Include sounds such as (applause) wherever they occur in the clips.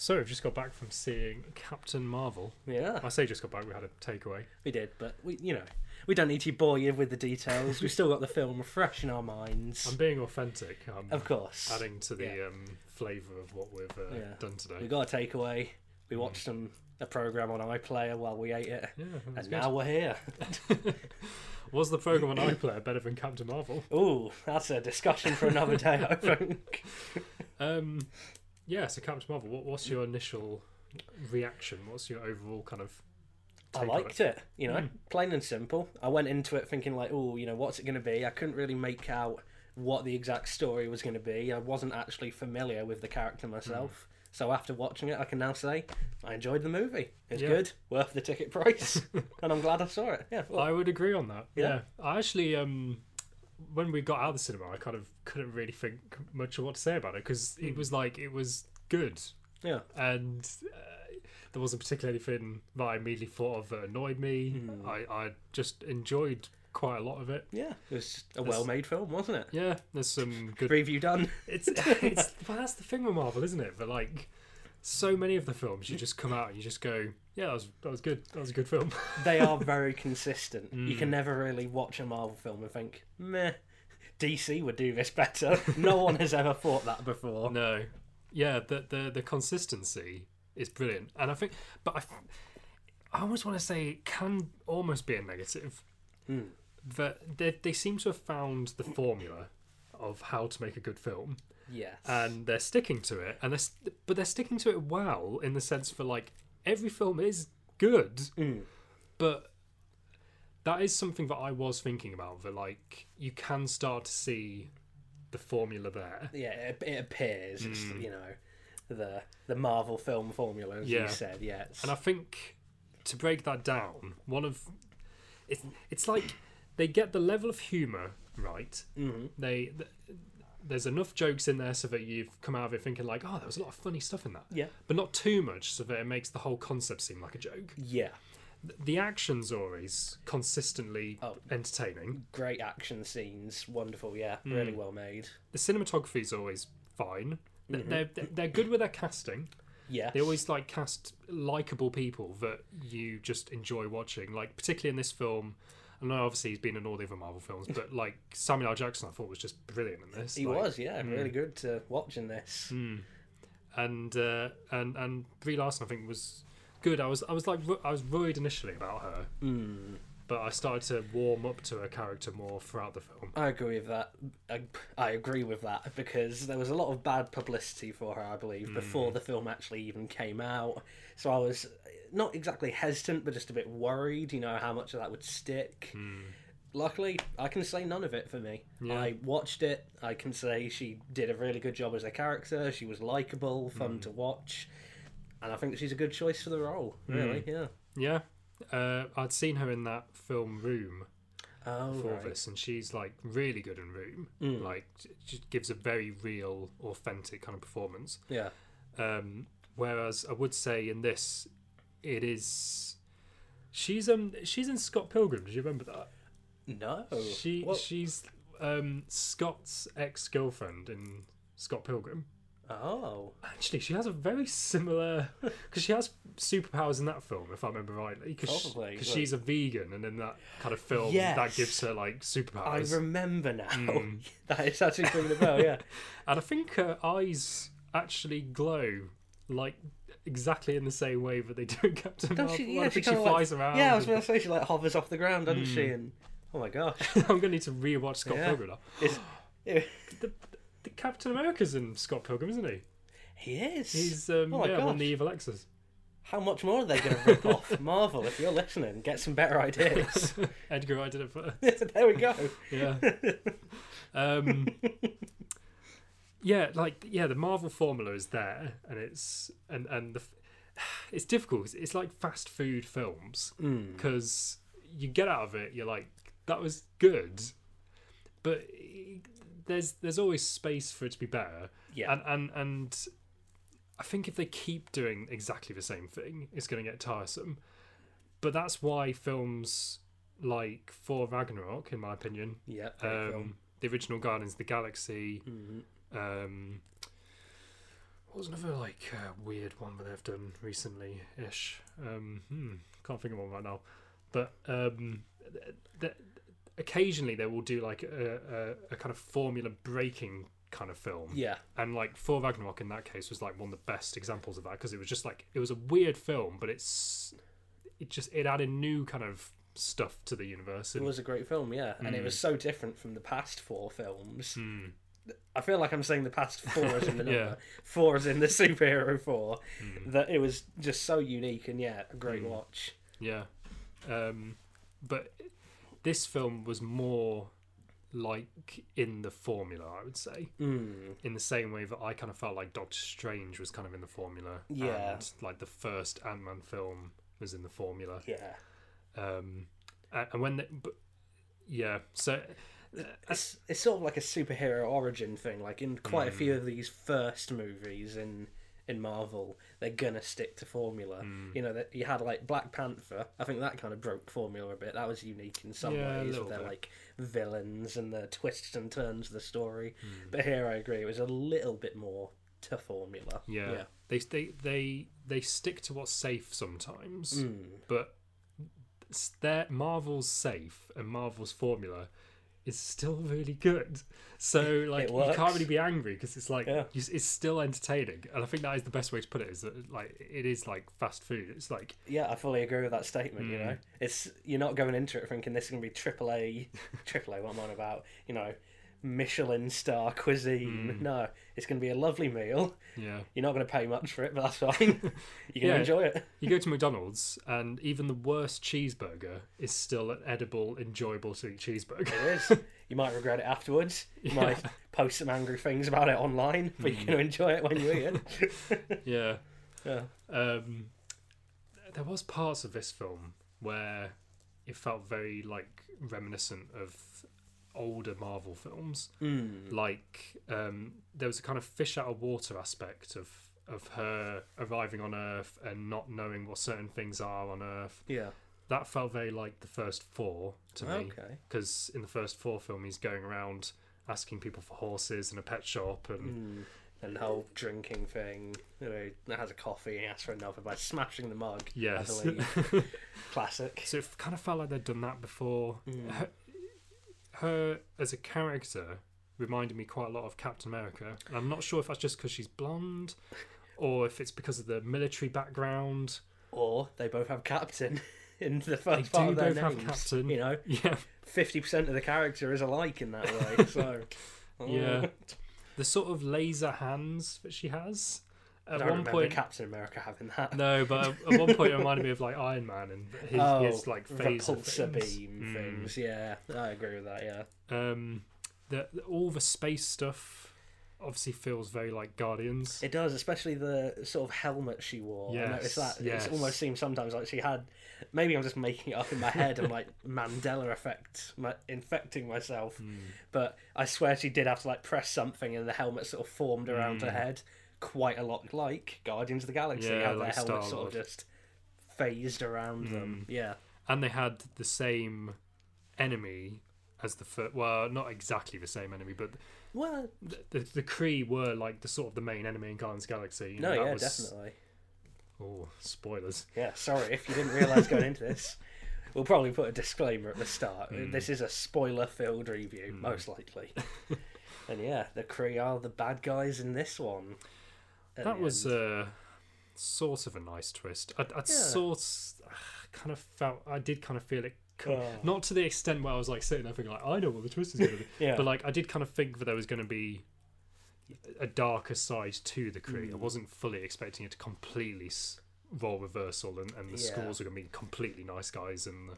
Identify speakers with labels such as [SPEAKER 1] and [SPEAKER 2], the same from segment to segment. [SPEAKER 1] So we've just got back from seeing Captain Marvel.
[SPEAKER 2] Yeah,
[SPEAKER 1] I say just got back. We had a takeaway.
[SPEAKER 2] we did, but we, you know, we don't need to bore you with the details. We've still got the film fresh in our minds.
[SPEAKER 1] I'm being authentic. I'm
[SPEAKER 2] of course,
[SPEAKER 1] adding to the
[SPEAKER 2] Yeah.
[SPEAKER 1] um, flavour of what we've uh,
[SPEAKER 2] Yeah.
[SPEAKER 1] done today.
[SPEAKER 2] we got a takeaway. We watched some a program on iPlayer while we ate it,
[SPEAKER 1] yeah, that was
[SPEAKER 2] and
[SPEAKER 1] good.
[SPEAKER 2] now we're here.
[SPEAKER 1] was the program on
[SPEAKER 2] (laughs)
[SPEAKER 1] iPlayer better than Captain Marvel?
[SPEAKER 2] Ooh, that's a discussion for another day.
[SPEAKER 1] (laughs)
[SPEAKER 2] I think.
[SPEAKER 1] Um, yeah. So Captain Marvel. What, what's your initial reaction? What's your overall kind of?
[SPEAKER 2] I
[SPEAKER 1] take on Hmm.
[SPEAKER 2] liked it, you know, plain and simple. I went into it thinking like, oh, you know, what's it going to be? I couldn't really make out what the exact story was going to be. I wasn't actually familiar with the character
[SPEAKER 1] Hmm.
[SPEAKER 2] myself. So after watching it, I can now say I enjoyed the movie. It's
[SPEAKER 1] Yeah.
[SPEAKER 2] good, worth the
[SPEAKER 1] (laughs)
[SPEAKER 2] ticket price, and I'm glad I saw it. Yeah, well,
[SPEAKER 1] I would agree on that. Yeah.
[SPEAKER 2] Yeah.
[SPEAKER 1] I actually, um, when we got out of the cinema, I kind of couldn't really think much of what to say about it because
[SPEAKER 2] Hmm.
[SPEAKER 1] it was like it was good,
[SPEAKER 2] yeah,
[SPEAKER 1] and uh, there wasn't particularly anything that I immediately thought of that annoyed me. I, I just enjoyed quite a lot of it.
[SPEAKER 2] yeah. It was a well-made film, wasn't it?
[SPEAKER 1] Yeah, there's some good. (laughs)
[SPEAKER 2] Review done.
[SPEAKER 1] It's it's well, that's the thing with Marvel, isn't it? But like. So many of the films, you just come out and you just go, "Yeah, that was that was good. That was a good film." (laughs)
[SPEAKER 2] they are very consistent. You
[SPEAKER 1] Hmm.
[SPEAKER 2] can never really watch a Marvel film and think, meh, DC would do this better. (laughs) no one has ever thought that before.
[SPEAKER 1] No, yeah, the the the consistency is brilliant, and I think, but I, f- I almost want to say it can almost be a negative that they they seem to have found the formula of how to make a good film,
[SPEAKER 2] Yes.
[SPEAKER 1] and they're sticking to it, and they're st- but they're sticking to it well in the sense for like every film is good, but. That is something that I was thinking about. That like you can start to see the formula there.
[SPEAKER 2] yeah, it, it appears, it's,
[SPEAKER 1] Hmm.
[SPEAKER 2] you know, the the Marvel film formula, as
[SPEAKER 1] Yeah.
[SPEAKER 2] you said, yeah. it's-
[SPEAKER 1] And I think to break that down, one of it's it's like they get the level of humor right. Mm-hmm. They th- there's enough jokes in there so that you've come out of it thinking like, oh, there was a lot of funny stuff in that.
[SPEAKER 2] Yeah.
[SPEAKER 1] but not too much so that it makes the whole concept seem like a joke.
[SPEAKER 2] yeah,
[SPEAKER 1] Th- The action's always consistently
[SPEAKER 2] Oh.
[SPEAKER 1] entertaining.
[SPEAKER 2] great action scenes, wonderful, yeah, really
[SPEAKER 1] Hmm.
[SPEAKER 2] well made.
[SPEAKER 1] The cinematography's always fine. Th-
[SPEAKER 2] Mm-hmm.
[SPEAKER 1] They're they're- they're good with their casting.
[SPEAKER 2] Yeah.
[SPEAKER 1] They always like cast likable people that you just enjoy watching. Like particularly in this film, I know obviously he's been in all the other Marvel films,
[SPEAKER 2] (laughs)
[SPEAKER 1] but like Samuel L. Jackson, I thought was just brilliant in this.
[SPEAKER 2] he
[SPEAKER 1] Like, Hmm.
[SPEAKER 2] was, yeah, really good to watch in this.
[SPEAKER 1] and uh, and and Brie Larson, I think was good. I was I was like wo- I was worried initially about her,
[SPEAKER 2] Hmm.
[SPEAKER 1] but I started to warm up to her character more throughout the film.
[SPEAKER 2] I agree with that. I, I agree with that because there was a lot of bad publicity for her, I
[SPEAKER 1] Mm.
[SPEAKER 2] believe, before the film actually even came out. So I was not exactly hesitant, but just a bit worried, you know, how much of that would stick.
[SPEAKER 1] Mm.
[SPEAKER 2] Luckily, I can say none of it for me. I watched it. I can say she did a really good job as a character. She was likable,
[SPEAKER 1] Mm.
[SPEAKER 2] fun to watch. And I think she's a good choice for the role, really,
[SPEAKER 1] Mm.
[SPEAKER 2] yeah.
[SPEAKER 1] Yeah, uh, I'd seen her in that film Room,
[SPEAKER 2] Oh,
[SPEAKER 1] for
[SPEAKER 2] right. Mm.
[SPEAKER 1] this, and she's like really good in Room. Like, j- she gives a very real, authentic kind of performance.
[SPEAKER 2] Yeah.
[SPEAKER 1] Um, whereas I would say in this, it is she's um she's in Scott Pilgrim. Do you remember that?
[SPEAKER 2] No.
[SPEAKER 1] She
[SPEAKER 2] Oh, What-
[SPEAKER 1] she's um Scott's ex girlfriend in Scott Pilgrim.
[SPEAKER 2] Oh.
[SPEAKER 1] Actually, she has a very
[SPEAKER 2] (laughs)
[SPEAKER 1] similar because she has superpowers in that film, if I remember rightly. Because
[SPEAKER 2] Probably, but-
[SPEAKER 1] she's a vegan, and in that kind of film, that
[SPEAKER 2] Yes.
[SPEAKER 1] gives her like
[SPEAKER 2] I
[SPEAKER 1] superpowers.
[SPEAKER 2] remember now. (laughs) that is actually ringing a bell. Yeah.
[SPEAKER 1] And I think her eyes actually glow like exactly in the same way that they do in Captain
[SPEAKER 2] (laughs) Don't
[SPEAKER 1] Marvel.
[SPEAKER 2] she?
[SPEAKER 1] I
[SPEAKER 2] Yeah,
[SPEAKER 1] don't
[SPEAKER 2] she,
[SPEAKER 1] think she
[SPEAKER 2] kinda like-
[SPEAKER 1] flies around.
[SPEAKER 2] Yeah, I was
[SPEAKER 1] and-
[SPEAKER 2] going to say she like hovers off the ground, doesn't she? And oh my gosh,
[SPEAKER 1] (laughs) I'm going to need to rewatch Scott
[SPEAKER 2] Yeah.
[SPEAKER 1] Pilgrim. now.
[SPEAKER 2] It's- yeah,
[SPEAKER 1] The, the Captain America's in Scott Pilgrim, isn't he?
[SPEAKER 2] (laughs) he is.
[SPEAKER 1] He's um,
[SPEAKER 2] Oh my
[SPEAKER 1] yeah, one of
[SPEAKER 2] gosh.
[SPEAKER 1] the evil exes. (laughs)
[SPEAKER 2] How much more are they going to rip (laughs) off? Marvel, if you're listening, get some better ideas. (laughs)
[SPEAKER 1] Edgar Wright did it first.
[SPEAKER 2] there we go.
[SPEAKER 1] Yeah. um, yeah, like yeah, the Marvel formula is there, and it's and and the f- it's difficult. 'cause It's like fast food films because you get out of it, you're like that was good, but i- there's there's always space for it to be better.
[SPEAKER 2] Yeah.
[SPEAKER 1] and and and. I think if they keep doing exactly the same thing, it's going to get tiresome. But that's why films like Thor Ragnarok, in my opinion,
[SPEAKER 2] Yeah.
[SPEAKER 1] um, the original Guardians of the Galaxy. Um, What's um, another like uh, weird one that they've done recently ish? Um, hmm, can't think of one right now. But um, th- th- occasionally they will do like a, a, a kind of formula breaking kind of film.
[SPEAKER 2] Yeah.
[SPEAKER 1] And like Thor Ragnarok in that case was like one of the best examples of that because it was just like it was a weird film, but it's it just it added new kind of stuff to the universe.
[SPEAKER 2] It
[SPEAKER 1] And,
[SPEAKER 2] was a great film, yeah. And it
[SPEAKER 1] Mm.
[SPEAKER 2] was so different from the past four films.
[SPEAKER 1] Mm,
[SPEAKER 2] I feel like I'm saying the past four is (laughs) in the number,
[SPEAKER 1] Yeah.
[SPEAKER 2] four is in the (laughs) superhero four,
[SPEAKER 1] mm.
[SPEAKER 2] that it was just so unique and yeah, a great
[SPEAKER 1] Mm.
[SPEAKER 2] watch.
[SPEAKER 1] Yeah. Um, but this film was more like in the formula, I would say,
[SPEAKER 2] Mm.
[SPEAKER 1] in the same way that I kind of felt like Doctor Strange was kind of in the formula.
[SPEAKER 2] Yeah.
[SPEAKER 1] And like the first Ant Man film was in the formula.
[SPEAKER 2] Yeah.
[SPEAKER 1] Um, a- and when, the, but yeah, so
[SPEAKER 2] It's, it's sort of like a superhero origin thing. Like in quite a
[SPEAKER 1] Mm.
[SPEAKER 2] few of these first movies in in Marvel, they're gonna stick to formula.
[SPEAKER 1] Mm.
[SPEAKER 2] You know that you had like Black Panther. I think that kind of broke formula a bit. That was unique in some
[SPEAKER 1] Yeah, a
[SPEAKER 2] ways
[SPEAKER 1] little
[SPEAKER 2] with their
[SPEAKER 1] bit.
[SPEAKER 2] like villains and the twists and turns of the story.
[SPEAKER 1] Mm.
[SPEAKER 2] But here I agree, it was a little bit more to formula.
[SPEAKER 1] yeah, They, they they they stick to what's safe sometimes.
[SPEAKER 2] Yeah. Mm.
[SPEAKER 1] but s- their Marvel's safe and Marvel's formula is still really good. So like you
[SPEAKER 2] works.
[SPEAKER 1] can't really be angry because it's like
[SPEAKER 2] Yeah.
[SPEAKER 1] you s- it's still entertaining, and I think that is the best way to put it. Is that like it is like fast food. It's like
[SPEAKER 2] Yeah, I fully agree with that statement. You know, it's you're not going into it thinking this is going to be triple A, (laughs) triple A. What am I on about? You know, Michelin star cuisine. No, it's going to be a lovely meal.
[SPEAKER 1] yeah,
[SPEAKER 2] You're not going to pay much for it, but that's fine. (laughs) you're
[SPEAKER 1] Yeah.
[SPEAKER 2] going to enjoy it.
[SPEAKER 1] you go to McDonald's and even the worst cheeseburger is still an edible, enjoyable sweet cheeseburger.
[SPEAKER 2] It is. You might regret it afterwards. You might post some angry things about it online, but you're going to enjoy it when you eat it.
[SPEAKER 1] yeah.
[SPEAKER 2] yeah.
[SPEAKER 1] um, there was parts of this film where it felt very like reminiscent of older Marvel films.
[SPEAKER 2] Mm.
[SPEAKER 1] Like um, there was a kind of fish out of water aspect of of her arriving on Earth and not knowing what certain things are on Earth.
[SPEAKER 2] Yeah.
[SPEAKER 1] That felt very like the first four to me. 'Cause me.
[SPEAKER 2] Okay.
[SPEAKER 1] Because in the first four film, he's going around asking people for horses in a pet shop and
[SPEAKER 2] Mm. And the whole drinking thing, you know, that has a coffee and asks for another by smashing the mug. I
[SPEAKER 1] yes.
[SPEAKER 2] believe.
[SPEAKER 1] (laughs)
[SPEAKER 2] Classic.
[SPEAKER 1] So it kind of felt like they'd done that before.
[SPEAKER 2] Mm.
[SPEAKER 1] Her, her as a character reminded me quite a lot of Captain America, and I'm not sure if that's just because she's blonde, or if it's because of the military
[SPEAKER 2] (laughs)
[SPEAKER 1] background.
[SPEAKER 2] Or they both have captain (laughs) in the
[SPEAKER 1] They
[SPEAKER 2] first
[SPEAKER 1] do
[SPEAKER 2] part of their
[SPEAKER 1] both have
[SPEAKER 2] names.
[SPEAKER 1] captain.
[SPEAKER 2] You know,
[SPEAKER 1] Yeah,
[SPEAKER 2] fifty percent of the character is alike in that
[SPEAKER 1] (laughs)
[SPEAKER 2] way. So Oh.
[SPEAKER 1] Yeah. the sort of laser hands that she has.
[SPEAKER 2] At
[SPEAKER 1] At
[SPEAKER 2] I
[SPEAKER 1] one point,
[SPEAKER 2] Captain America having that.
[SPEAKER 1] no, but at one point it reminded me of like Iron Man and his,
[SPEAKER 2] oh,
[SPEAKER 1] his like phase of
[SPEAKER 2] repulsor
[SPEAKER 1] things.
[SPEAKER 2] beam
[SPEAKER 1] Mm.
[SPEAKER 2] things. Yeah, I agree with that. Yeah,
[SPEAKER 1] Um, the, all the space stuff obviously feels very like Guardians.
[SPEAKER 2] it does, especially the sort of helmet she wore. I noticed
[SPEAKER 1] Yes,
[SPEAKER 2] that.
[SPEAKER 1] yes.
[SPEAKER 2] It almost seems sometimes like she had. Maybe I'm just making it up in my
[SPEAKER 1] (laughs)
[SPEAKER 2] head. I'm like Mandela effect, my, infecting myself.
[SPEAKER 1] Hmm.
[SPEAKER 2] But I swear she did have to like press something, and the helmet sort of formed around her head quite a lot, like Guardians of the Galaxy.
[SPEAKER 1] Hmm. Yeah,
[SPEAKER 2] how
[SPEAKER 1] like Hmm.
[SPEAKER 2] their helmet sort
[SPEAKER 1] Star-Lord.
[SPEAKER 2] of just phased around them. Yeah.
[SPEAKER 1] and they had the same enemy as the first. Well, not exactly the same enemy, but
[SPEAKER 2] Well,
[SPEAKER 1] the, the, the Kree were like the sort of the main enemy in Guardians of the Galaxy. you
[SPEAKER 2] no,
[SPEAKER 1] know, that
[SPEAKER 2] yeah,
[SPEAKER 1] was-
[SPEAKER 2] definitely.
[SPEAKER 1] Oh, spoilers.
[SPEAKER 2] Yeah, sorry if you didn't realise going into this. We'll probably put a disclaimer at the start.
[SPEAKER 1] Hmm.
[SPEAKER 2] This is a spoiler filled review, most likely. and yeah, the Kree are the bad guys in this one. at
[SPEAKER 1] that
[SPEAKER 2] the
[SPEAKER 1] was
[SPEAKER 2] end.
[SPEAKER 1] uh, sort of a nice twist. I, I sort ah, kind of felt. I did kind of feel it. co-
[SPEAKER 2] Oh.
[SPEAKER 1] Not to the extent where I was like sitting there thinking like I know what the twist is going to be,
[SPEAKER 2] (laughs) Yeah.
[SPEAKER 1] but like I did kind of think that there was going to be a darker side to the Kree. I
[SPEAKER 2] Mm.
[SPEAKER 1] wasn't fully expecting it to completely s- role reversal, and, and the
[SPEAKER 2] Yeah.
[SPEAKER 1] schools were going to be completely nice guys, and the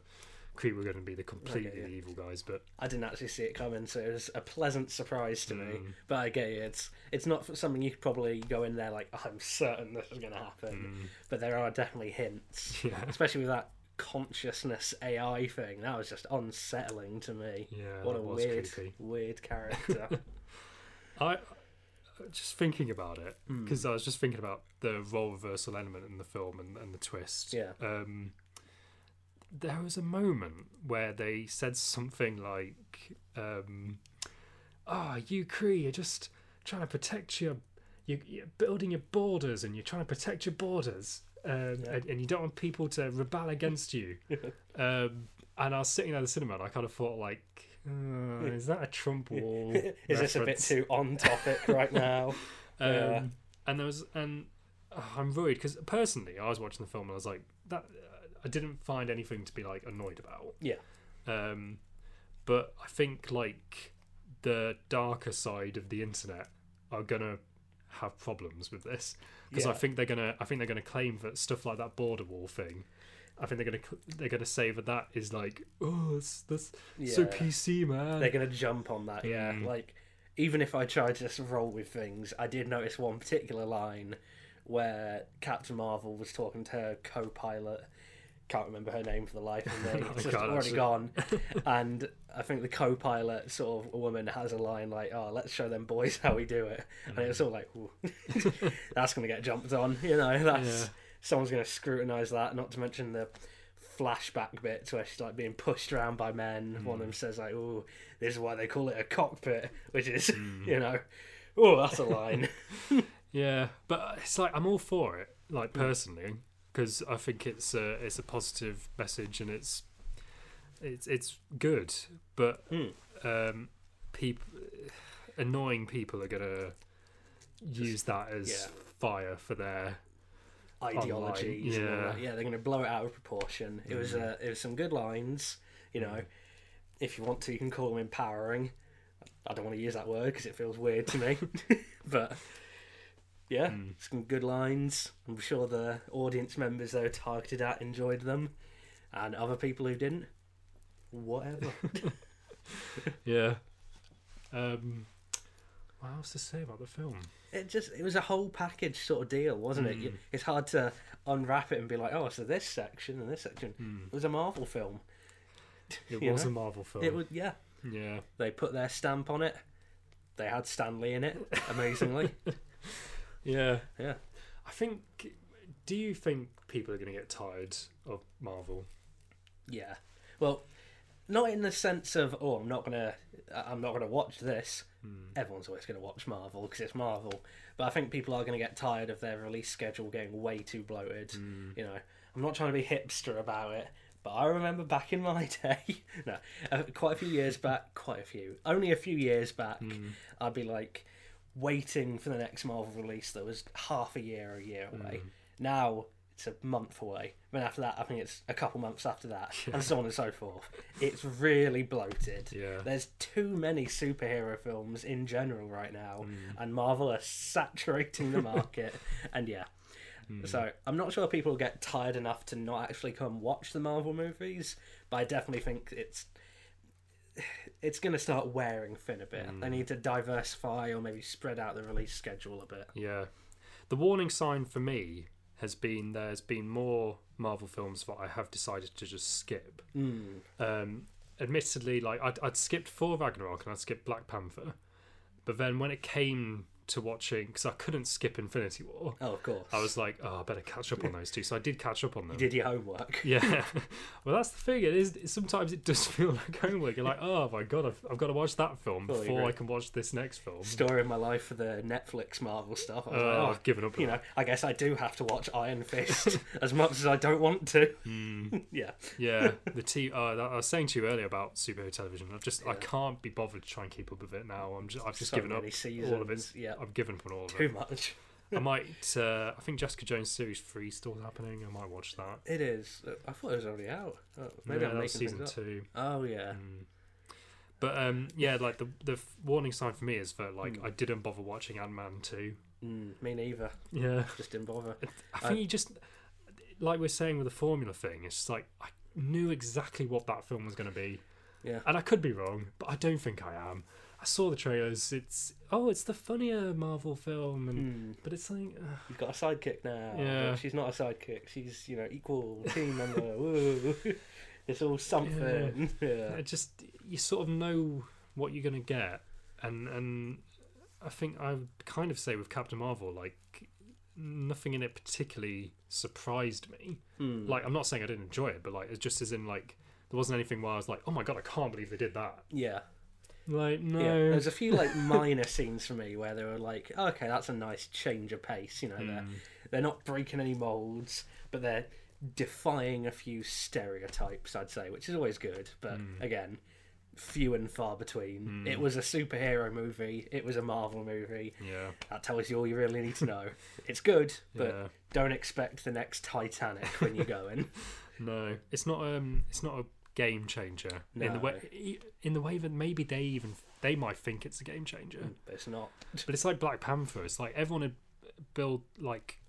[SPEAKER 1] Kree were going to be the completely
[SPEAKER 2] yeah.
[SPEAKER 1] evil guys. But (laughs)
[SPEAKER 2] I didn't actually see it coming, so it was a pleasant surprise to me.
[SPEAKER 1] Hmm.
[SPEAKER 2] But I get you, it's it's not something you could probably go in there like I'm certain this is going to happen. But there are definitely hints,
[SPEAKER 1] Hmm. Yeah.
[SPEAKER 2] especially with that consciousness AI thing. That was just unsettling to me.
[SPEAKER 1] Yeah,
[SPEAKER 2] what
[SPEAKER 1] that
[SPEAKER 2] a
[SPEAKER 1] was
[SPEAKER 2] weird,
[SPEAKER 1] creepy. (laughs)
[SPEAKER 2] weird character.
[SPEAKER 1] I uh, just thinking about it
[SPEAKER 2] Hmm.
[SPEAKER 1] because I was just thinking about the role reversal element in the film and, and the twist.
[SPEAKER 2] Yeah.
[SPEAKER 1] Um, there was a moment where they said something like, um, "Ah, you Cree are just trying to protect your you, you're building your borders and you're trying to protect your borders, um, and, and you don't want people to rebel against
[SPEAKER 2] (laughs)
[SPEAKER 1] you. um, and I was sitting there in the cinema, and I kind of thought, like, uh, is that a Trump wall?
[SPEAKER 2] (laughs) Is this a bit
[SPEAKER 1] reference?
[SPEAKER 2] too on topic right
[SPEAKER 1] (laughs)
[SPEAKER 2] now?
[SPEAKER 1] Um,
[SPEAKER 2] Yeah.
[SPEAKER 1] And there was, and uh, I'm worried because personally, I was watching the film and I was like, that uh, I didn't find anything to be like annoyed about.
[SPEAKER 2] Yeah.
[SPEAKER 1] Um, but I think like the darker side of the internet are gonna have problems with this because I
[SPEAKER 2] Yeah.
[SPEAKER 1] think they're gonna, I think they're gonna claim that stuff like that border wall thing. I think they're gonna cl- they're gonna say that that is like oh that's that's so
[SPEAKER 2] Yeah.
[SPEAKER 1] PC man.
[SPEAKER 2] They're gonna jump on that, yeah.
[SPEAKER 1] Hmm.
[SPEAKER 2] Like even if I tried to just roll with things, I did notice one particular line where Captain Marvel was talking to her co-pilot. Can't remember her name for the
[SPEAKER 1] (laughs)
[SPEAKER 2] life of me.
[SPEAKER 1] I
[SPEAKER 2] it's just
[SPEAKER 1] can't
[SPEAKER 2] already
[SPEAKER 1] actually. (laughs)
[SPEAKER 2] gone. And I think the co-pilot sort of woman has a line like, "Oh, let's show them boys how we do it," and it's all like, Ooh. (laughs) "That's gonna get jumped on," you know. That's
[SPEAKER 1] Yeah.
[SPEAKER 2] someone's gonna scrutinize that. Not to mention the flashback bits where she's like being pushed around by men. One of them says like, "Oh, this is why they call it a cockpit," which is, (laughs) you know, oh, that's a line.
[SPEAKER 1] Yeah, but it's like I'm all for it, like personally, because I think it's a it's a positive message and it's it's it's good. But
[SPEAKER 2] Hmm.
[SPEAKER 1] um, people annoying people are gonna use that as
[SPEAKER 2] yeah.
[SPEAKER 1] fire for their
[SPEAKER 2] Ideologies. Yeah, and
[SPEAKER 1] yeah.
[SPEAKER 2] all that. yeah, they're gonna blow it out of proportion. It was, uh, it was some good lines. You know, if you want to, you can call them empowering. I don't want to use that word because it feels weird to me, (laughs) but. Yeah, some good lines. I'm sure the audience members they were targeted at enjoyed them, and other people who didn't, whatever.
[SPEAKER 1] yeah. Um, what else to say about the film?
[SPEAKER 2] it just it was a whole package sort of deal wasn't it You- it's hard to unwrap it and be like oh so this section and this section it was a marvel film
[SPEAKER 1] It
[SPEAKER 2] You
[SPEAKER 1] was
[SPEAKER 2] know,
[SPEAKER 1] a Marvel film.
[SPEAKER 2] it was yeah
[SPEAKER 1] yeah.
[SPEAKER 2] they put their stamp on it they had stanley in it amazingly
[SPEAKER 1] Yeah.
[SPEAKER 2] yeah
[SPEAKER 1] I think. Do you think people are going to get tired of Marvel?
[SPEAKER 2] yeah well not in the sense of oh i'm not gonna I- i'm not gonna watch this everyone's always gonna watch marvel because it's marvel but i think people are gonna get tired of their release schedule getting way too bloated you know i'm not trying to be hipster about it but i remember back in my (laughs) day no uh, quite a few years back quite a few only a few years back i'd be like waiting for the next marvel release that was half a year or a year away now it's a month away then after that i think it's a couple months after that and so on and so forth it's really bloated
[SPEAKER 1] Yeah.
[SPEAKER 2] there's too many superhero films in general right now, and Marvel are saturating the market. and yeah, so I'm not sure people get tired enough to not actually come watch the Marvel movies, but I definitely think it's it's going to start wearing thin a bit. They need to diversify or maybe spread out the release schedule a bit.
[SPEAKER 1] Yeah. The warning sign for me has been there's been more Marvel films that I have decided to just skip.
[SPEAKER 2] Hmm.
[SPEAKER 1] Um, admittedly, like I'd, I'd skipped Thor Ragnarok and I'd skipped Black Panther, but then when it came to watching, because I couldn't skip Infinity War,
[SPEAKER 2] Oh, of course.
[SPEAKER 1] I was like, oh, I better catch up on those two. So I did catch up on
[SPEAKER 2] (laughs)
[SPEAKER 1] them.
[SPEAKER 2] Did your homework?
[SPEAKER 1] Yeah. well, that's the thing. It is sometimes it does (laughs) feel like homework. You're like, oh my god, I've, I've got to watch that film
[SPEAKER 2] Fully
[SPEAKER 1] before
[SPEAKER 2] agree.
[SPEAKER 1] I can watch this next film.
[SPEAKER 2] Story of my life for the Netflix Marvel stuff. I was
[SPEAKER 1] Oh,
[SPEAKER 2] like, oh,
[SPEAKER 1] I've given up. on
[SPEAKER 2] you know, I guess I do have to watch Iron Fist
[SPEAKER 1] (laughs)
[SPEAKER 2] (laughs) as much as I don't want to. (laughs)
[SPEAKER 1] Hmm.
[SPEAKER 2] yeah.
[SPEAKER 1] yeah, the T. Uh, that I was saying to you earlier about superhero television. I've just I can't be bothered to try and keep up with it now. I'm just I've just
[SPEAKER 2] So
[SPEAKER 1] given up
[SPEAKER 2] many
[SPEAKER 1] all of it.
[SPEAKER 2] seasons, yeah.
[SPEAKER 1] I've given up on all of
[SPEAKER 2] Too
[SPEAKER 1] it.
[SPEAKER 2] much.
[SPEAKER 1] I might. Uh, I think Jessica Jones series three is still happening. I might watch that.
[SPEAKER 2] It is. I thought it was already out. Oh, maybe
[SPEAKER 1] yeah,
[SPEAKER 2] I'm
[SPEAKER 1] that was
[SPEAKER 2] making
[SPEAKER 1] season
[SPEAKER 2] things up.
[SPEAKER 1] two. Mm.
[SPEAKER 2] Oh yeah.
[SPEAKER 1] But um, yeah, like the the f- warning sign for me is that like
[SPEAKER 2] Hmm.
[SPEAKER 1] I didn't bother watching Ant Man two.
[SPEAKER 2] Mm, me neither.
[SPEAKER 1] Yeah,
[SPEAKER 2] Just didn't bother.
[SPEAKER 1] I think you just like we're saying with the formula thing. It's just like I knew exactly what that film was going to be.
[SPEAKER 2] Yeah.
[SPEAKER 1] and I could be wrong, but I don't think I am. I saw the trailers. It's oh, it's the funnier Marvel film,
[SPEAKER 2] Hmm. Mm.
[SPEAKER 1] and but it's like ugh,
[SPEAKER 2] You've got a sidekick now.
[SPEAKER 1] Yeah.
[SPEAKER 2] But She's not a sidekick. She's you know equal team member.
[SPEAKER 1] (laughs)
[SPEAKER 2] Woo. (laughs) It's all something. (laughs) Yeah.
[SPEAKER 1] it just you sort of know what you're gonna get, and and I think I would kind of say with Captain Marvel, like nothing in it particularly surprised me.
[SPEAKER 2] Hmm.
[SPEAKER 1] Like I'm not saying I didn't enjoy it, but like it's just as in like there wasn't anything where I was like, oh my god, I can't believe they did that.
[SPEAKER 2] Yeah.
[SPEAKER 1] Like no,
[SPEAKER 2] Yeah, there's a few like minor scenes for me where they were like, okay, that's a nice change of pace. You know, they're
[SPEAKER 1] Hmm.
[SPEAKER 2] they're not breaking any molds, but they're defying a few stereotypes. I'd say, which is always good, but
[SPEAKER 1] Hmm.
[SPEAKER 2] again, few and far between. It was a superhero movie. It was a Marvel movie.
[SPEAKER 1] yeah,
[SPEAKER 2] That tells you all you really need to know.
[SPEAKER 1] (laughs)
[SPEAKER 2] it's good, but
[SPEAKER 1] Yeah.
[SPEAKER 2] don't expect the next Titanic when you go
[SPEAKER 1] (laughs)
[SPEAKER 2] in.
[SPEAKER 1] no. It's not um, it's not a game changer in the
[SPEAKER 2] No.
[SPEAKER 1] way e, in the way that maybe they even they might think it's a game changer.
[SPEAKER 2] but it's not.
[SPEAKER 1] But it's like Black Panther. It's like everyone had build like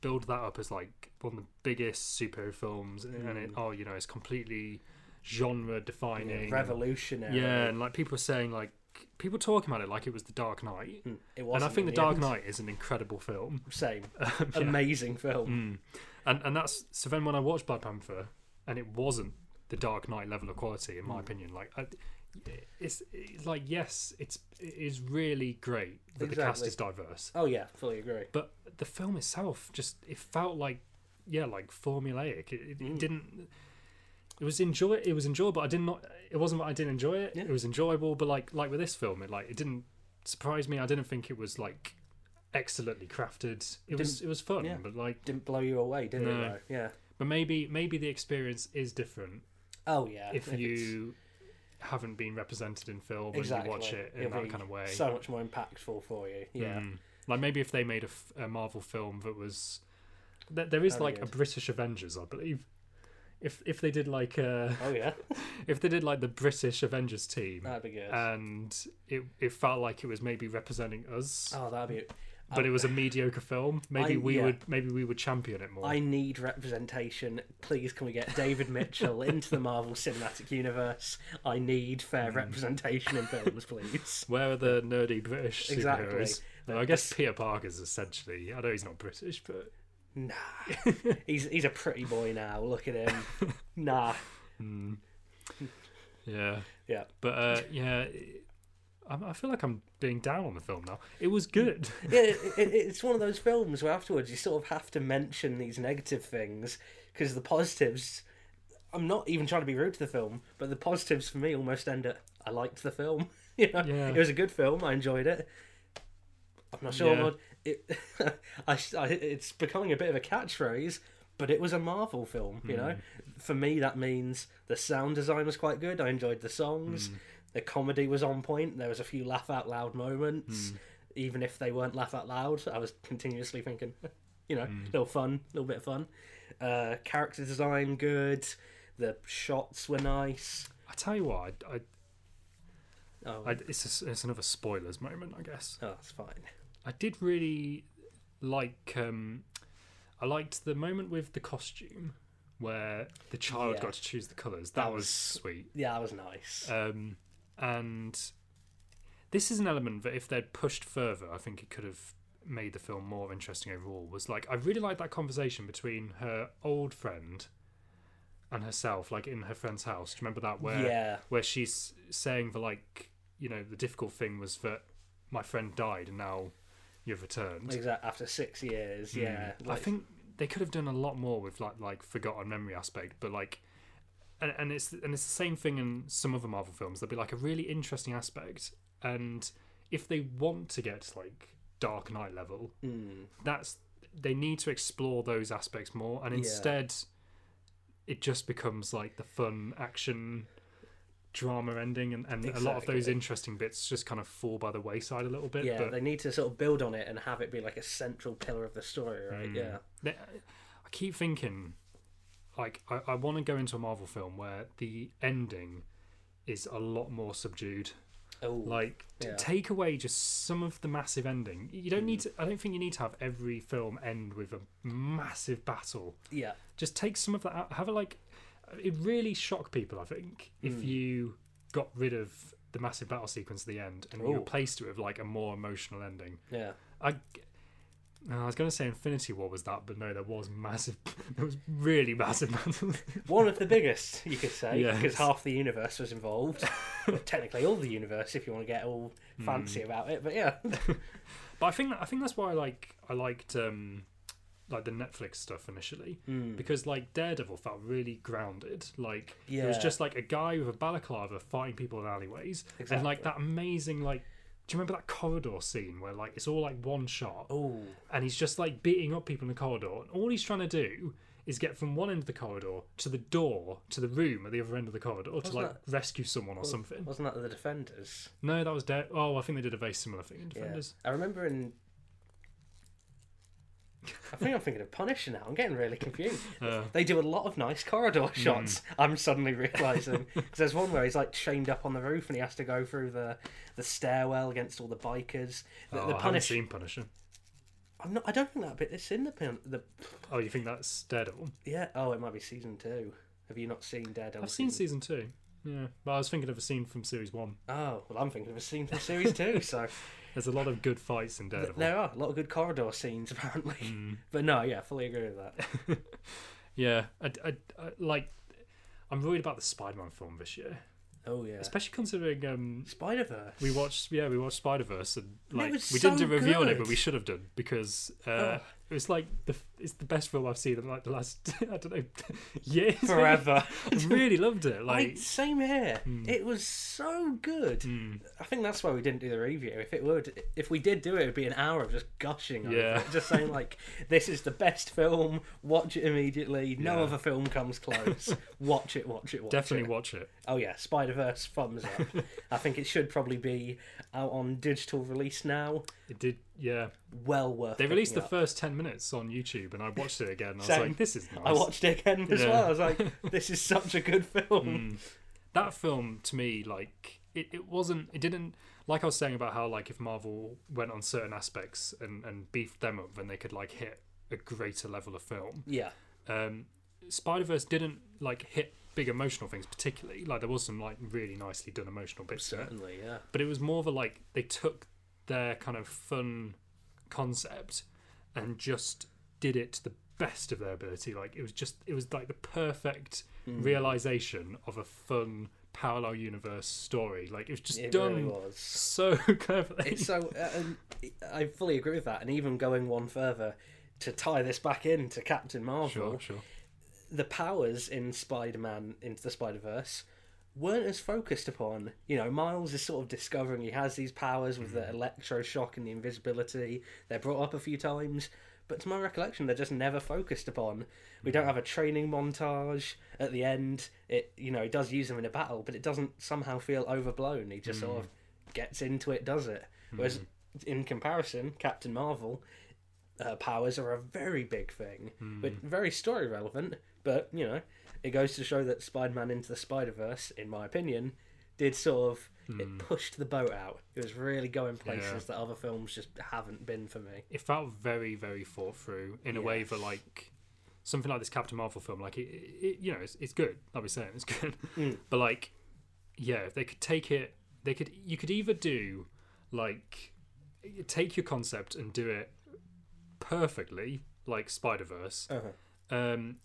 [SPEAKER 1] build that up as like one of the biggest superhero films, and it oh you know it's completely genre defining.
[SPEAKER 2] Revolutionary.
[SPEAKER 1] yeah, and like people were saying like people talking about it like it was The Dark Knight,
[SPEAKER 2] It
[SPEAKER 1] and
[SPEAKER 2] was.
[SPEAKER 1] I think Mm. The Dark Knight is an incredible film. (laughs)
[SPEAKER 2] Same. Amazing film.
[SPEAKER 1] Mm. And and that's so then when I watched Black Panther, and it wasn't The Dark Knight level of quality
[SPEAKER 2] Mm.
[SPEAKER 1] in my opinion. Like. I, it's, it's like yes, it's it is really great that the cast
[SPEAKER 2] Exactly.
[SPEAKER 1] is diverse.
[SPEAKER 2] Oh yeah, fully agree.
[SPEAKER 1] but the film itself just it felt like yeah like formulaic it, it,
[SPEAKER 2] Mm.
[SPEAKER 1] it didn't it was enjoy it was enjoyable i did not it wasn't that i didn't enjoy it
[SPEAKER 2] Yeah.
[SPEAKER 1] it was enjoyable but like like with this film it like it didn't surprise me i didn't think it was like excellently crafted it was it was fun
[SPEAKER 2] yeah.
[SPEAKER 1] but like
[SPEAKER 2] Didn't blow you away, did
[SPEAKER 1] No.
[SPEAKER 2] it? Though? Yeah.
[SPEAKER 1] but maybe maybe the experience is different
[SPEAKER 2] Oh yeah.
[SPEAKER 1] if
[SPEAKER 2] it's-
[SPEAKER 1] you haven't been represented in film and
[SPEAKER 2] exactly,
[SPEAKER 1] you watch it in
[SPEAKER 2] It'll
[SPEAKER 1] that
[SPEAKER 2] be
[SPEAKER 1] kind of way
[SPEAKER 2] so much more impactful for you. Yeah.
[SPEAKER 1] Mm. Like maybe if they made a, f- a Marvel film that was there, there is
[SPEAKER 2] That'd be
[SPEAKER 1] like a
[SPEAKER 2] good.
[SPEAKER 1] British Avengers, I believe. If if they did like uh
[SPEAKER 2] Oh yeah,
[SPEAKER 1] if they did like the British Avengers team
[SPEAKER 2] that'd be good.
[SPEAKER 1] Uh, and it it felt like it was maybe representing us,
[SPEAKER 2] oh, that'd be.
[SPEAKER 1] but it was a mediocre film. Maybe
[SPEAKER 2] I-
[SPEAKER 1] we
[SPEAKER 2] yeah.
[SPEAKER 1] would maybe we would champion it more.
[SPEAKER 2] I need representation. Please, can we get David Mitchell into the Marvel Cinematic Universe? I need
[SPEAKER 1] Mm.
[SPEAKER 2] fair representation in films, please.
[SPEAKER 1] Where are the nerdy British
[SPEAKER 2] Exactly.
[SPEAKER 1] superheroes? No, I guess Peter Parker's essentially. I know he's not British, but
[SPEAKER 2] (laughs) Nah, he's he's a pretty boy now. Look at (laughs) him. Nah,
[SPEAKER 1] yeah.
[SPEAKER 2] yeah.
[SPEAKER 1] But uh, yeah, I, I feel like I'm being down on the film now. It was good.
[SPEAKER 2] (laughs) yeah, it, it, it's one of those films where afterwards you sort of have to mention these negative things because the positives. I'm not even trying to be rude to the film, but the positives for me almost end at I liked the film. (laughs) you know,
[SPEAKER 1] Yeah.
[SPEAKER 2] it was a good film. I enjoyed it. I'm not sure
[SPEAKER 1] Yeah.
[SPEAKER 2] what it. (laughs) I, I, it's becoming a bit of a catchphrase, but it was a Marvel film. You know,
[SPEAKER 1] Hmm.
[SPEAKER 2] for me that means the sound design was quite good. I enjoyed the songs.
[SPEAKER 1] Hmm.
[SPEAKER 2] The comedy was on point. There was a few laugh out loud moments,
[SPEAKER 1] Hmm.
[SPEAKER 2] even if they weren't laugh out loud. I was continuously thinking, (laughs) you know,
[SPEAKER 1] Hmm.
[SPEAKER 2] little fun, little bit of fun. Uh, character design good. The shots were nice.
[SPEAKER 1] I tell you what, I,
[SPEAKER 2] Oh,
[SPEAKER 1] I, I- it's a s it's another spoilers moment, I guess.
[SPEAKER 2] oh that's fine.
[SPEAKER 1] I did really like. Um, I liked the moment with the costume where the child
[SPEAKER 2] Yeah.
[SPEAKER 1] got to choose the colours. That,
[SPEAKER 2] That
[SPEAKER 1] was,
[SPEAKER 2] was-
[SPEAKER 1] sweet.
[SPEAKER 2] Yeah, that was nice.
[SPEAKER 1] Um, and this is an element that if they'd pushed further, I think it could have made the film more interesting overall. Was like I really liked that conversation between her old friend and herself, like in her friend's house. Do you remember that where
[SPEAKER 2] Yeah.
[SPEAKER 1] where she's saying the like you know the difficult thing was that my friend died and now you've returned.
[SPEAKER 2] Exactly. After six years, yeah.
[SPEAKER 1] Hmm. I
[SPEAKER 2] like-
[SPEAKER 1] think they could have done a lot more with like like forgotten memory aspect, but like, and, and it's and it's the same thing in some other Marvel films. There'll be like a really interesting aspect, and if they want to get to, like Dark Knight level,
[SPEAKER 2] Mm.
[SPEAKER 1] that's they need to explore those aspects more, and instead, it just becomes like the fun action drama ending and, and a lot of those
[SPEAKER 2] Exactly.
[SPEAKER 1] interesting bits just kind of fall by the wayside a little bit
[SPEAKER 2] Yeah,
[SPEAKER 1] but
[SPEAKER 2] they need to sort of build on it and have it be like a central pillar of the story, right?
[SPEAKER 1] Hmm.
[SPEAKER 2] Yeah.
[SPEAKER 1] They- I keep thinking, like, I, I want to go into a Marvel film where the ending is a lot more subdued.
[SPEAKER 2] Oh,
[SPEAKER 1] Like, t-
[SPEAKER 2] Yeah. Hmm.
[SPEAKER 1] take away just some of the massive ending. You don't need to, I don't think you need to have every film end with a massive battle.
[SPEAKER 2] yeah,
[SPEAKER 1] Just take some of that out. Have it like, it really shocked people, I think,
[SPEAKER 2] Hmm.
[SPEAKER 1] if you got rid of the massive battle sequence at the end and you
[SPEAKER 2] Ooh.
[SPEAKER 1] replaced it with like a more emotional ending.
[SPEAKER 2] yeah.
[SPEAKER 1] I, I was going to say Infinity War was that, but no, there was massive. (laughs) There was really massive battles.
[SPEAKER 2] One of the biggest, you could say,
[SPEAKER 1] Yes.
[SPEAKER 2] because half the universe was involved.
[SPEAKER 1] (laughs)
[SPEAKER 2] well, technically, all the universe, if you want to get all
[SPEAKER 1] Hmm.
[SPEAKER 2] fancy about it. But yeah,
[SPEAKER 1] but I think I think that's why I like I liked um, like the Netflix stuff initially because like Daredevil felt really grounded. Like it was
[SPEAKER 2] Yeah.
[SPEAKER 1] just like a guy with a balaclava fighting people in alleyways, and like that amazing like. Do you remember that corridor scene where like it's all like one shot?
[SPEAKER 2] Oh,
[SPEAKER 1] and he's just like beating up people in the corridor. And all he's trying to do is get from one end of the corridor to the door to the room at the other end of the corridor to like rescue someone or something.
[SPEAKER 2] wasn't that the Defenders?
[SPEAKER 1] No, that was dead. Oh, I think they did a very similar thing in Defenders.
[SPEAKER 2] I remember in. I think I'm thinking of Punisher now. I'm getting really confused.
[SPEAKER 1] (laughs)
[SPEAKER 2] they do a lot of nice corridor
[SPEAKER 1] Hmm.
[SPEAKER 2] shots. I'm suddenly realizing because there's one where he's like chained up on the roof and he has to go through the the stairwell against all the bikers. The,
[SPEAKER 1] Oh, I
[SPEAKER 2] the
[SPEAKER 1] haven't
[SPEAKER 2] Punisher.
[SPEAKER 1] seen Punisher.
[SPEAKER 2] I'm not. I don't think that bit. It's in the pun- the
[SPEAKER 1] Oh, you think that's Daredevil?
[SPEAKER 2] yeah. Oh, it might be season two. Have you not seen Daredevil?
[SPEAKER 1] I've seen season two. Yeah, but I was thinking of a scene from series one.
[SPEAKER 2] Oh well, I'm thinking of a scene from
[SPEAKER 1] (laughs)
[SPEAKER 2] series two. So
[SPEAKER 1] There's a lot of good fights in Daredevil.
[SPEAKER 2] there are a lot of good corridor scenes (laughs) apparently.
[SPEAKER 1] Hmm.
[SPEAKER 2] But no, yeah, fully agree with
[SPEAKER 1] (laughs)
[SPEAKER 2] that.
[SPEAKER 1] Yeah, I, I, I, like, I'm worried about the Spider-Man film this year,
[SPEAKER 2] Oh yeah,
[SPEAKER 1] especially considering um,
[SPEAKER 2] Spider Verse.
[SPEAKER 1] We
[SPEAKER 2] (laughs)
[SPEAKER 1] watched, yeah, we watched Spider Verse, and like we
[SPEAKER 2] was
[SPEAKER 1] didn't do
[SPEAKER 2] so
[SPEAKER 1] a review on it, but
[SPEAKER 2] good.
[SPEAKER 1] we should have done because uh,
[SPEAKER 2] Oh.
[SPEAKER 1] it was like the it's the best film I've seen in like the last (laughs) I don't know years. (laughs)
[SPEAKER 2] forever.
[SPEAKER 1] I Hmm. really loved it.
[SPEAKER 2] I,
[SPEAKER 1] Like,
[SPEAKER 2] same here. It was so good.
[SPEAKER 1] Hmm.
[SPEAKER 2] I think that's why we didn't do the review. If it would, if we did do it, it'd be an hour of just gushing. over
[SPEAKER 1] Yeah.
[SPEAKER 2] it, just saying like, this is the best film. Watch it immediately. No
[SPEAKER 1] Yeah.
[SPEAKER 2] other film
[SPEAKER 1] (laughs)
[SPEAKER 2] comes close. watch it. Watch it. Watch
[SPEAKER 1] definitely
[SPEAKER 2] it.
[SPEAKER 1] watch it.
[SPEAKER 2] Oh yeah, Spider Verse thumbs up. I think it should probably be out on digital release now.
[SPEAKER 1] It did, yeah.
[SPEAKER 2] Well worth.
[SPEAKER 1] They released the
[SPEAKER 2] picking up.
[SPEAKER 1] first ten minutes on YouTube, and I watched it again. And I was
[SPEAKER 2] Same.
[SPEAKER 1] like, this is nice.
[SPEAKER 2] I watched it again as
[SPEAKER 1] Yeah. Hmm.
[SPEAKER 2] well. I was like, this is such a good
[SPEAKER 1] (laughs)
[SPEAKER 2] film.
[SPEAKER 1] that film to me like it, it wasn't it didn't like i was saying about how like if marvel went on certain aspects and and beefed them up then they could like hit a greater level of film
[SPEAKER 2] Yeah.
[SPEAKER 1] um spider-verse didn't like hit big emotional things particularly like there was some like really nicely done emotional bits in it.
[SPEAKER 2] Certainly. Yeah.
[SPEAKER 1] but it was more of a like they took their kind of fun concept and just did it to the best of their ability like it was just it was like the perfect
[SPEAKER 2] Hmm.
[SPEAKER 1] realization of a fun parallel universe story like it was just
[SPEAKER 2] It
[SPEAKER 1] done
[SPEAKER 2] really was.
[SPEAKER 1] so (laughs) cleverly
[SPEAKER 2] It's so uh, and I fully agree with that, and even going one further to tie this back in to Captain Marvel,
[SPEAKER 1] sure
[SPEAKER 2] the powers in Spider-Man into the Spider-Verse weren't as focused upon. You know, Miles is sort of discovering he has these powers with the electroshock and the invisibility. They're brought up a few times, but to my recollection, they're just never focused upon. We don't have a training montage at the end. It you know, it does use them in a battle, but it doesn't somehow feel overblown. He just sort of gets into it, does it? Whereas in comparison, Captain Marvel uh, powers are a very big thing,
[SPEAKER 1] Hmm.
[SPEAKER 2] but very story relevant. But you know, it goes to show that Spider-Man into the Spider-Verse, in my opinion, did sort of it pushed the boat out. It was really going places
[SPEAKER 1] Hmm. Yeah.
[SPEAKER 2] that other films just haven't been for me.
[SPEAKER 1] it felt very very thought through in a way that like something like this captain marvel film like it, it you know it's, it's good like we're saying it's (laughs) good but like yeah if they could take it they could you could either do like take your concept and do it perfectly like spider-verse um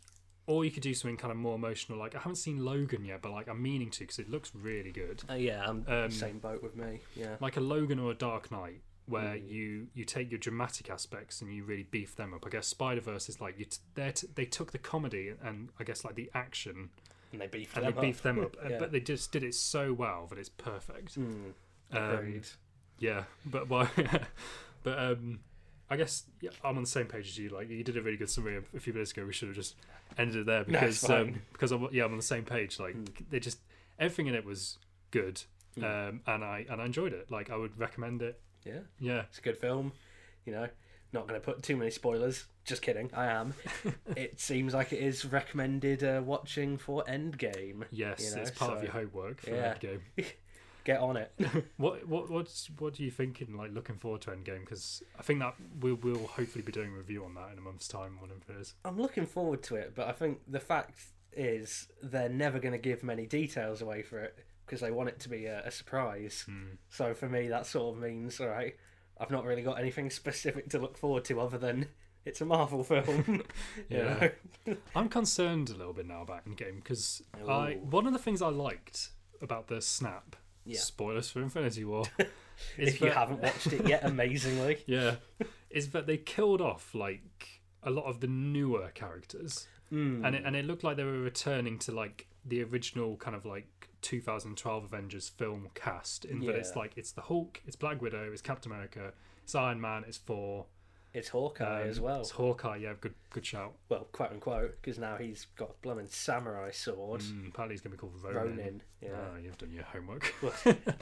[SPEAKER 1] or you could do something kind of more emotional like i haven't seen logan yet but like i'm meaning to because it looks really good
[SPEAKER 2] Uh, yeah, I'm
[SPEAKER 1] Um,
[SPEAKER 2] same boat with me. Yeah,
[SPEAKER 1] like a Logan or a Dark Knight, where
[SPEAKER 2] Mm.
[SPEAKER 1] you you take your dramatic aspects and you really beef them up. I guess Spider Verse is like you t- they're t- they took the comedy and I guess like the action
[SPEAKER 2] and they beefed
[SPEAKER 1] and
[SPEAKER 2] them
[SPEAKER 1] they beefed them
[SPEAKER 2] (laughs)
[SPEAKER 1] up,
[SPEAKER 2] Yeah.
[SPEAKER 1] but they just did it so well that it's perfect.
[SPEAKER 2] Mm,
[SPEAKER 1] Um,
[SPEAKER 2] agreed.
[SPEAKER 1] yeah, but well, (laughs) but um, I guess yeah, I'm on the same page as you. Like you did a really good summary a few minutes ago. We should have just ended it there
[SPEAKER 2] No, it's
[SPEAKER 1] because um,
[SPEAKER 2] fine. Mm.
[SPEAKER 1] because I'm yeah I'm on the same page. Like they just everything in it was good. Um, and I and I enjoyed it. Like I would recommend it.
[SPEAKER 2] yeah,
[SPEAKER 1] Yeah.
[SPEAKER 2] it's a good film. You know, not going to put too many spoilers. Just kidding. I
[SPEAKER 1] (laughs)
[SPEAKER 2] am. it seems like it is recommended uh, watching for Endgame.
[SPEAKER 1] Yes,
[SPEAKER 2] you know,
[SPEAKER 1] it's part of
[SPEAKER 2] so-
[SPEAKER 1] your homework for
[SPEAKER 2] Yeah.
[SPEAKER 1] Endgame.
[SPEAKER 2] Get on it. (laughs)
[SPEAKER 1] What what what's what do you thinking? Like looking forward to Endgame because I think that we will hopefully be doing a review on that in a month's time, whenever it is.
[SPEAKER 2] I'm looking forward to it, but I think the fact is they're never going to give many details away for it because they want it to be a, a surprise.
[SPEAKER 1] Hmm.
[SPEAKER 2] So for me, that sort of means, all right, I've not really got anything (laughs) specific to look forward to other than it's a Marvel film. (laughs) you
[SPEAKER 1] Yeah.
[SPEAKER 2] know?
[SPEAKER 1] I'm concerned a little bit now about Endgame because I
[SPEAKER 2] Ooh.
[SPEAKER 1] one of the things I liked about the snap.
[SPEAKER 2] Yeah.
[SPEAKER 1] Spoilers for Infinity
[SPEAKER 2] (laughs)
[SPEAKER 1] War. is
[SPEAKER 2] if you
[SPEAKER 1] that- (laughs)
[SPEAKER 2] haven't watched it yet, amazingly.
[SPEAKER 1] yeah, is that they killed off like a lot of the newer characters,
[SPEAKER 2] Hmm.
[SPEAKER 1] and it, and it looked like they were returning to like the original kind of like 2012 Avengers film cast. In that it's
[SPEAKER 2] Yeah.
[SPEAKER 1] like it's the Hulk, it's Black Widow, it's Captain America, it's Iron Man, it's Thor,
[SPEAKER 2] It's Hawkeye
[SPEAKER 1] um,
[SPEAKER 2] as well.
[SPEAKER 1] It's Hawkeye. Yeah, good good shout.
[SPEAKER 2] Well, quote unquote, because now he's got a blooming samurai sword.
[SPEAKER 1] Mm, apparently, he's gonna be called Ronin.
[SPEAKER 2] Hmm. Ronin. Yeah.
[SPEAKER 1] Ah, you've done your homework.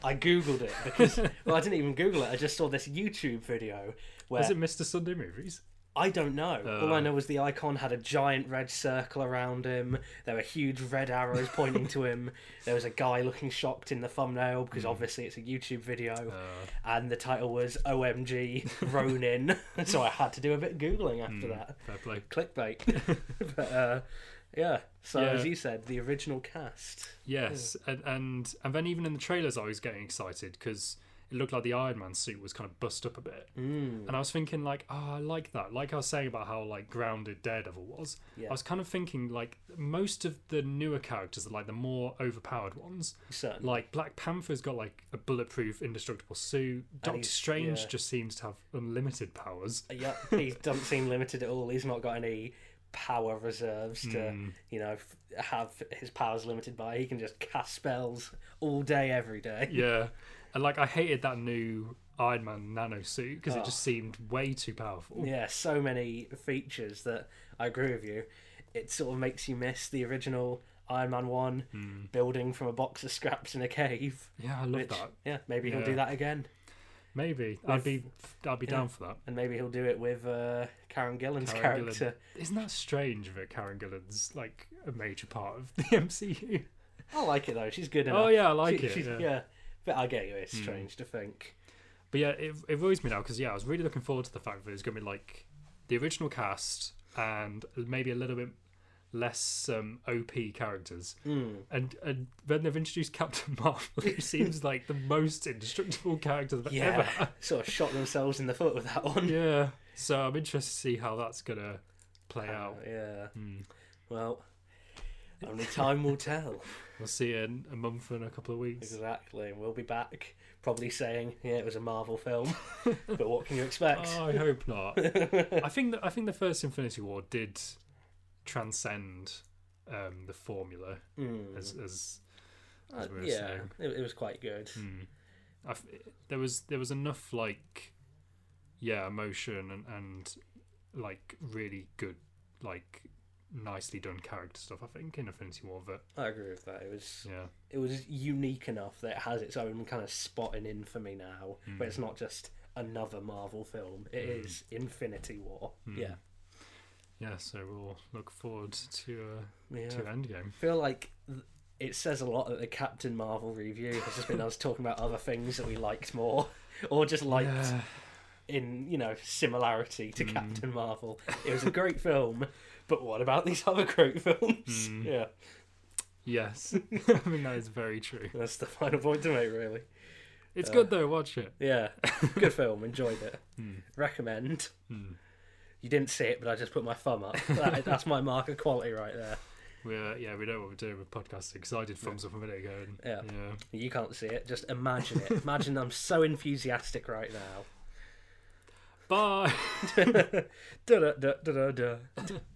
[SPEAKER 2] I googled it because (laughs) well, I didn't even Google it. I just saw this YouTube video where
[SPEAKER 1] Is it Mr. Sunday Movies?
[SPEAKER 2] I don't know. All
[SPEAKER 1] Uh.
[SPEAKER 2] I know was the icon had a giant red circle around him. There were huge red arrows pointing
[SPEAKER 1] (laughs)
[SPEAKER 2] to him. There was a guy looking shocked in the thumbnail because
[SPEAKER 1] Hmm.
[SPEAKER 2] obviously it's a YouTube video,
[SPEAKER 1] Uh.
[SPEAKER 2] and the title was
[SPEAKER 1] (laughs)
[SPEAKER 2] "OMG Ronin." (laughs) so I had to do a bit of googling
[SPEAKER 1] Hmm.
[SPEAKER 2] after that.
[SPEAKER 1] Fair play.
[SPEAKER 2] Clickbait, (laughs) but uh, yeah. So
[SPEAKER 1] Yeah.
[SPEAKER 2] as you said, the original cast.
[SPEAKER 1] Yes, and, and and then even in the trailers, I was getting excited because it looked like the Iron Man suit was kind of bust up a bit, mm. and I was thinking like, oh, I like that. Like I was saying about how like grounded Daredevil was.
[SPEAKER 2] Yeah.
[SPEAKER 1] I was kind of thinking like most of the newer characters, like the more overpowered ones,
[SPEAKER 2] Certainly.
[SPEAKER 1] like Black Panther's got like a bulletproof, indestructible suit. Doctor
[SPEAKER 2] he's-
[SPEAKER 1] Strange
[SPEAKER 2] yeah.
[SPEAKER 1] just seems to have unlimited powers.
[SPEAKER 2] Yep, he doesn't seem limited at all. He's not got any power reserves to,
[SPEAKER 1] Hmm.
[SPEAKER 2] you know, f- have his powers limited by. He can just cast spells all day, every day.
[SPEAKER 1] Yeah, and like I hated that new Iron Man nano suit because it just seemed way too powerful.
[SPEAKER 2] Ah. Yeah, so many features that I agree with you. It sort of makes you miss the original Iron Man 1 building from a box of scraps in a cave.
[SPEAKER 1] Yeah, I Hmm. love
[SPEAKER 2] Which,
[SPEAKER 1] that.
[SPEAKER 2] yeah, maybe he'll
[SPEAKER 1] Yeah.
[SPEAKER 2] do that again.
[SPEAKER 1] Maybe I'd be I'd be down for that.
[SPEAKER 2] And maybe he'll do it with uh, Karen Gillan's
[SPEAKER 1] Karen Gillan.
[SPEAKER 2] character.
[SPEAKER 1] Isn't that strange that Karen Gillan's like a major part of (laughs) the MCU?
[SPEAKER 2] I like it though. She's good enough.
[SPEAKER 1] Oh yeah, I like
[SPEAKER 2] She-
[SPEAKER 1] it.
[SPEAKER 2] she's-
[SPEAKER 1] Yeah. Hmm.
[SPEAKER 2] yeah. But I get you. It's strange to think.
[SPEAKER 1] But yeah, it it worries me now because yeah, I was really looking forward to the fact that it's going to be like the original cast and maybe a little bit less um, OP characters.
[SPEAKER 2] Hmm.
[SPEAKER 1] And and then they've introduced Captain (laughs) Marvel,
[SPEAKER 2] (laughs)
[SPEAKER 1] who seems like the most indestructible character they've ever
[SPEAKER 2] yeah,
[SPEAKER 1] (laughs) had.
[SPEAKER 2] sort of shot themselves in the foot with that one.
[SPEAKER 1] Yeah. So I'm interested to see how that's gonna play out. Hmm.
[SPEAKER 2] Yeah. Well, only time will tell.
[SPEAKER 1] We'll see you in a month and a couple of weeks.
[SPEAKER 2] Exactly. We'll be back, probably saying, "Yeah, it was a Marvel film,"
[SPEAKER 1] (laughs)
[SPEAKER 2] but what can you expect?
[SPEAKER 1] Oh, I hope not. I think that I think the first Infinity War did transcend um, the formula as, as
[SPEAKER 2] Hmm. Mm. Uh,
[SPEAKER 1] we were
[SPEAKER 2] yeah,
[SPEAKER 1] saying. Hmm.
[SPEAKER 2] it, it was quite good.
[SPEAKER 1] I f there was there was enough like yeah emotion and, and like really good like nicely done character stuff. I think in Infinity War that
[SPEAKER 2] I agree with that. It was
[SPEAKER 1] yeah
[SPEAKER 2] it was unique enough that it has its own kind of spot in infamy now,
[SPEAKER 1] Hmm.
[SPEAKER 2] where it's not just another Marvel film. It is Infinity War.
[SPEAKER 1] Hmm.
[SPEAKER 2] Yeah.
[SPEAKER 1] yeah. So we'll look forward to uh,
[SPEAKER 2] Yeah.
[SPEAKER 1] to Endgame.
[SPEAKER 2] feel like th- it says a lot that the Captain Marvel review has just been us talking about other things that we liked more, (laughs) or just liked in you know similarity to Captain Marvel. It was a great film, but what about these other great (laughs) films? Yeah,
[SPEAKER 1] Yes, (laughs) I think that is very true.
[SPEAKER 2] that's the final point to make, really.
[SPEAKER 1] It's good though. Watch it.
[SPEAKER 2] Yeah, good film. Enjoyed it. Recommend.
[SPEAKER 1] Hmm.
[SPEAKER 2] You didn't see it, but I just put my thumb up. That, that's my mark of quality right there.
[SPEAKER 1] We're yeah, we know what we're doing with podcasting because I did thumbs up a minute ago. And,
[SPEAKER 2] Yeah.
[SPEAKER 1] yeah,
[SPEAKER 2] You can't see it. Just imagine it. Imagine I'm so enthusiastic right now. (laughs)
[SPEAKER 1] Bye.
[SPEAKER 2] da da da da da.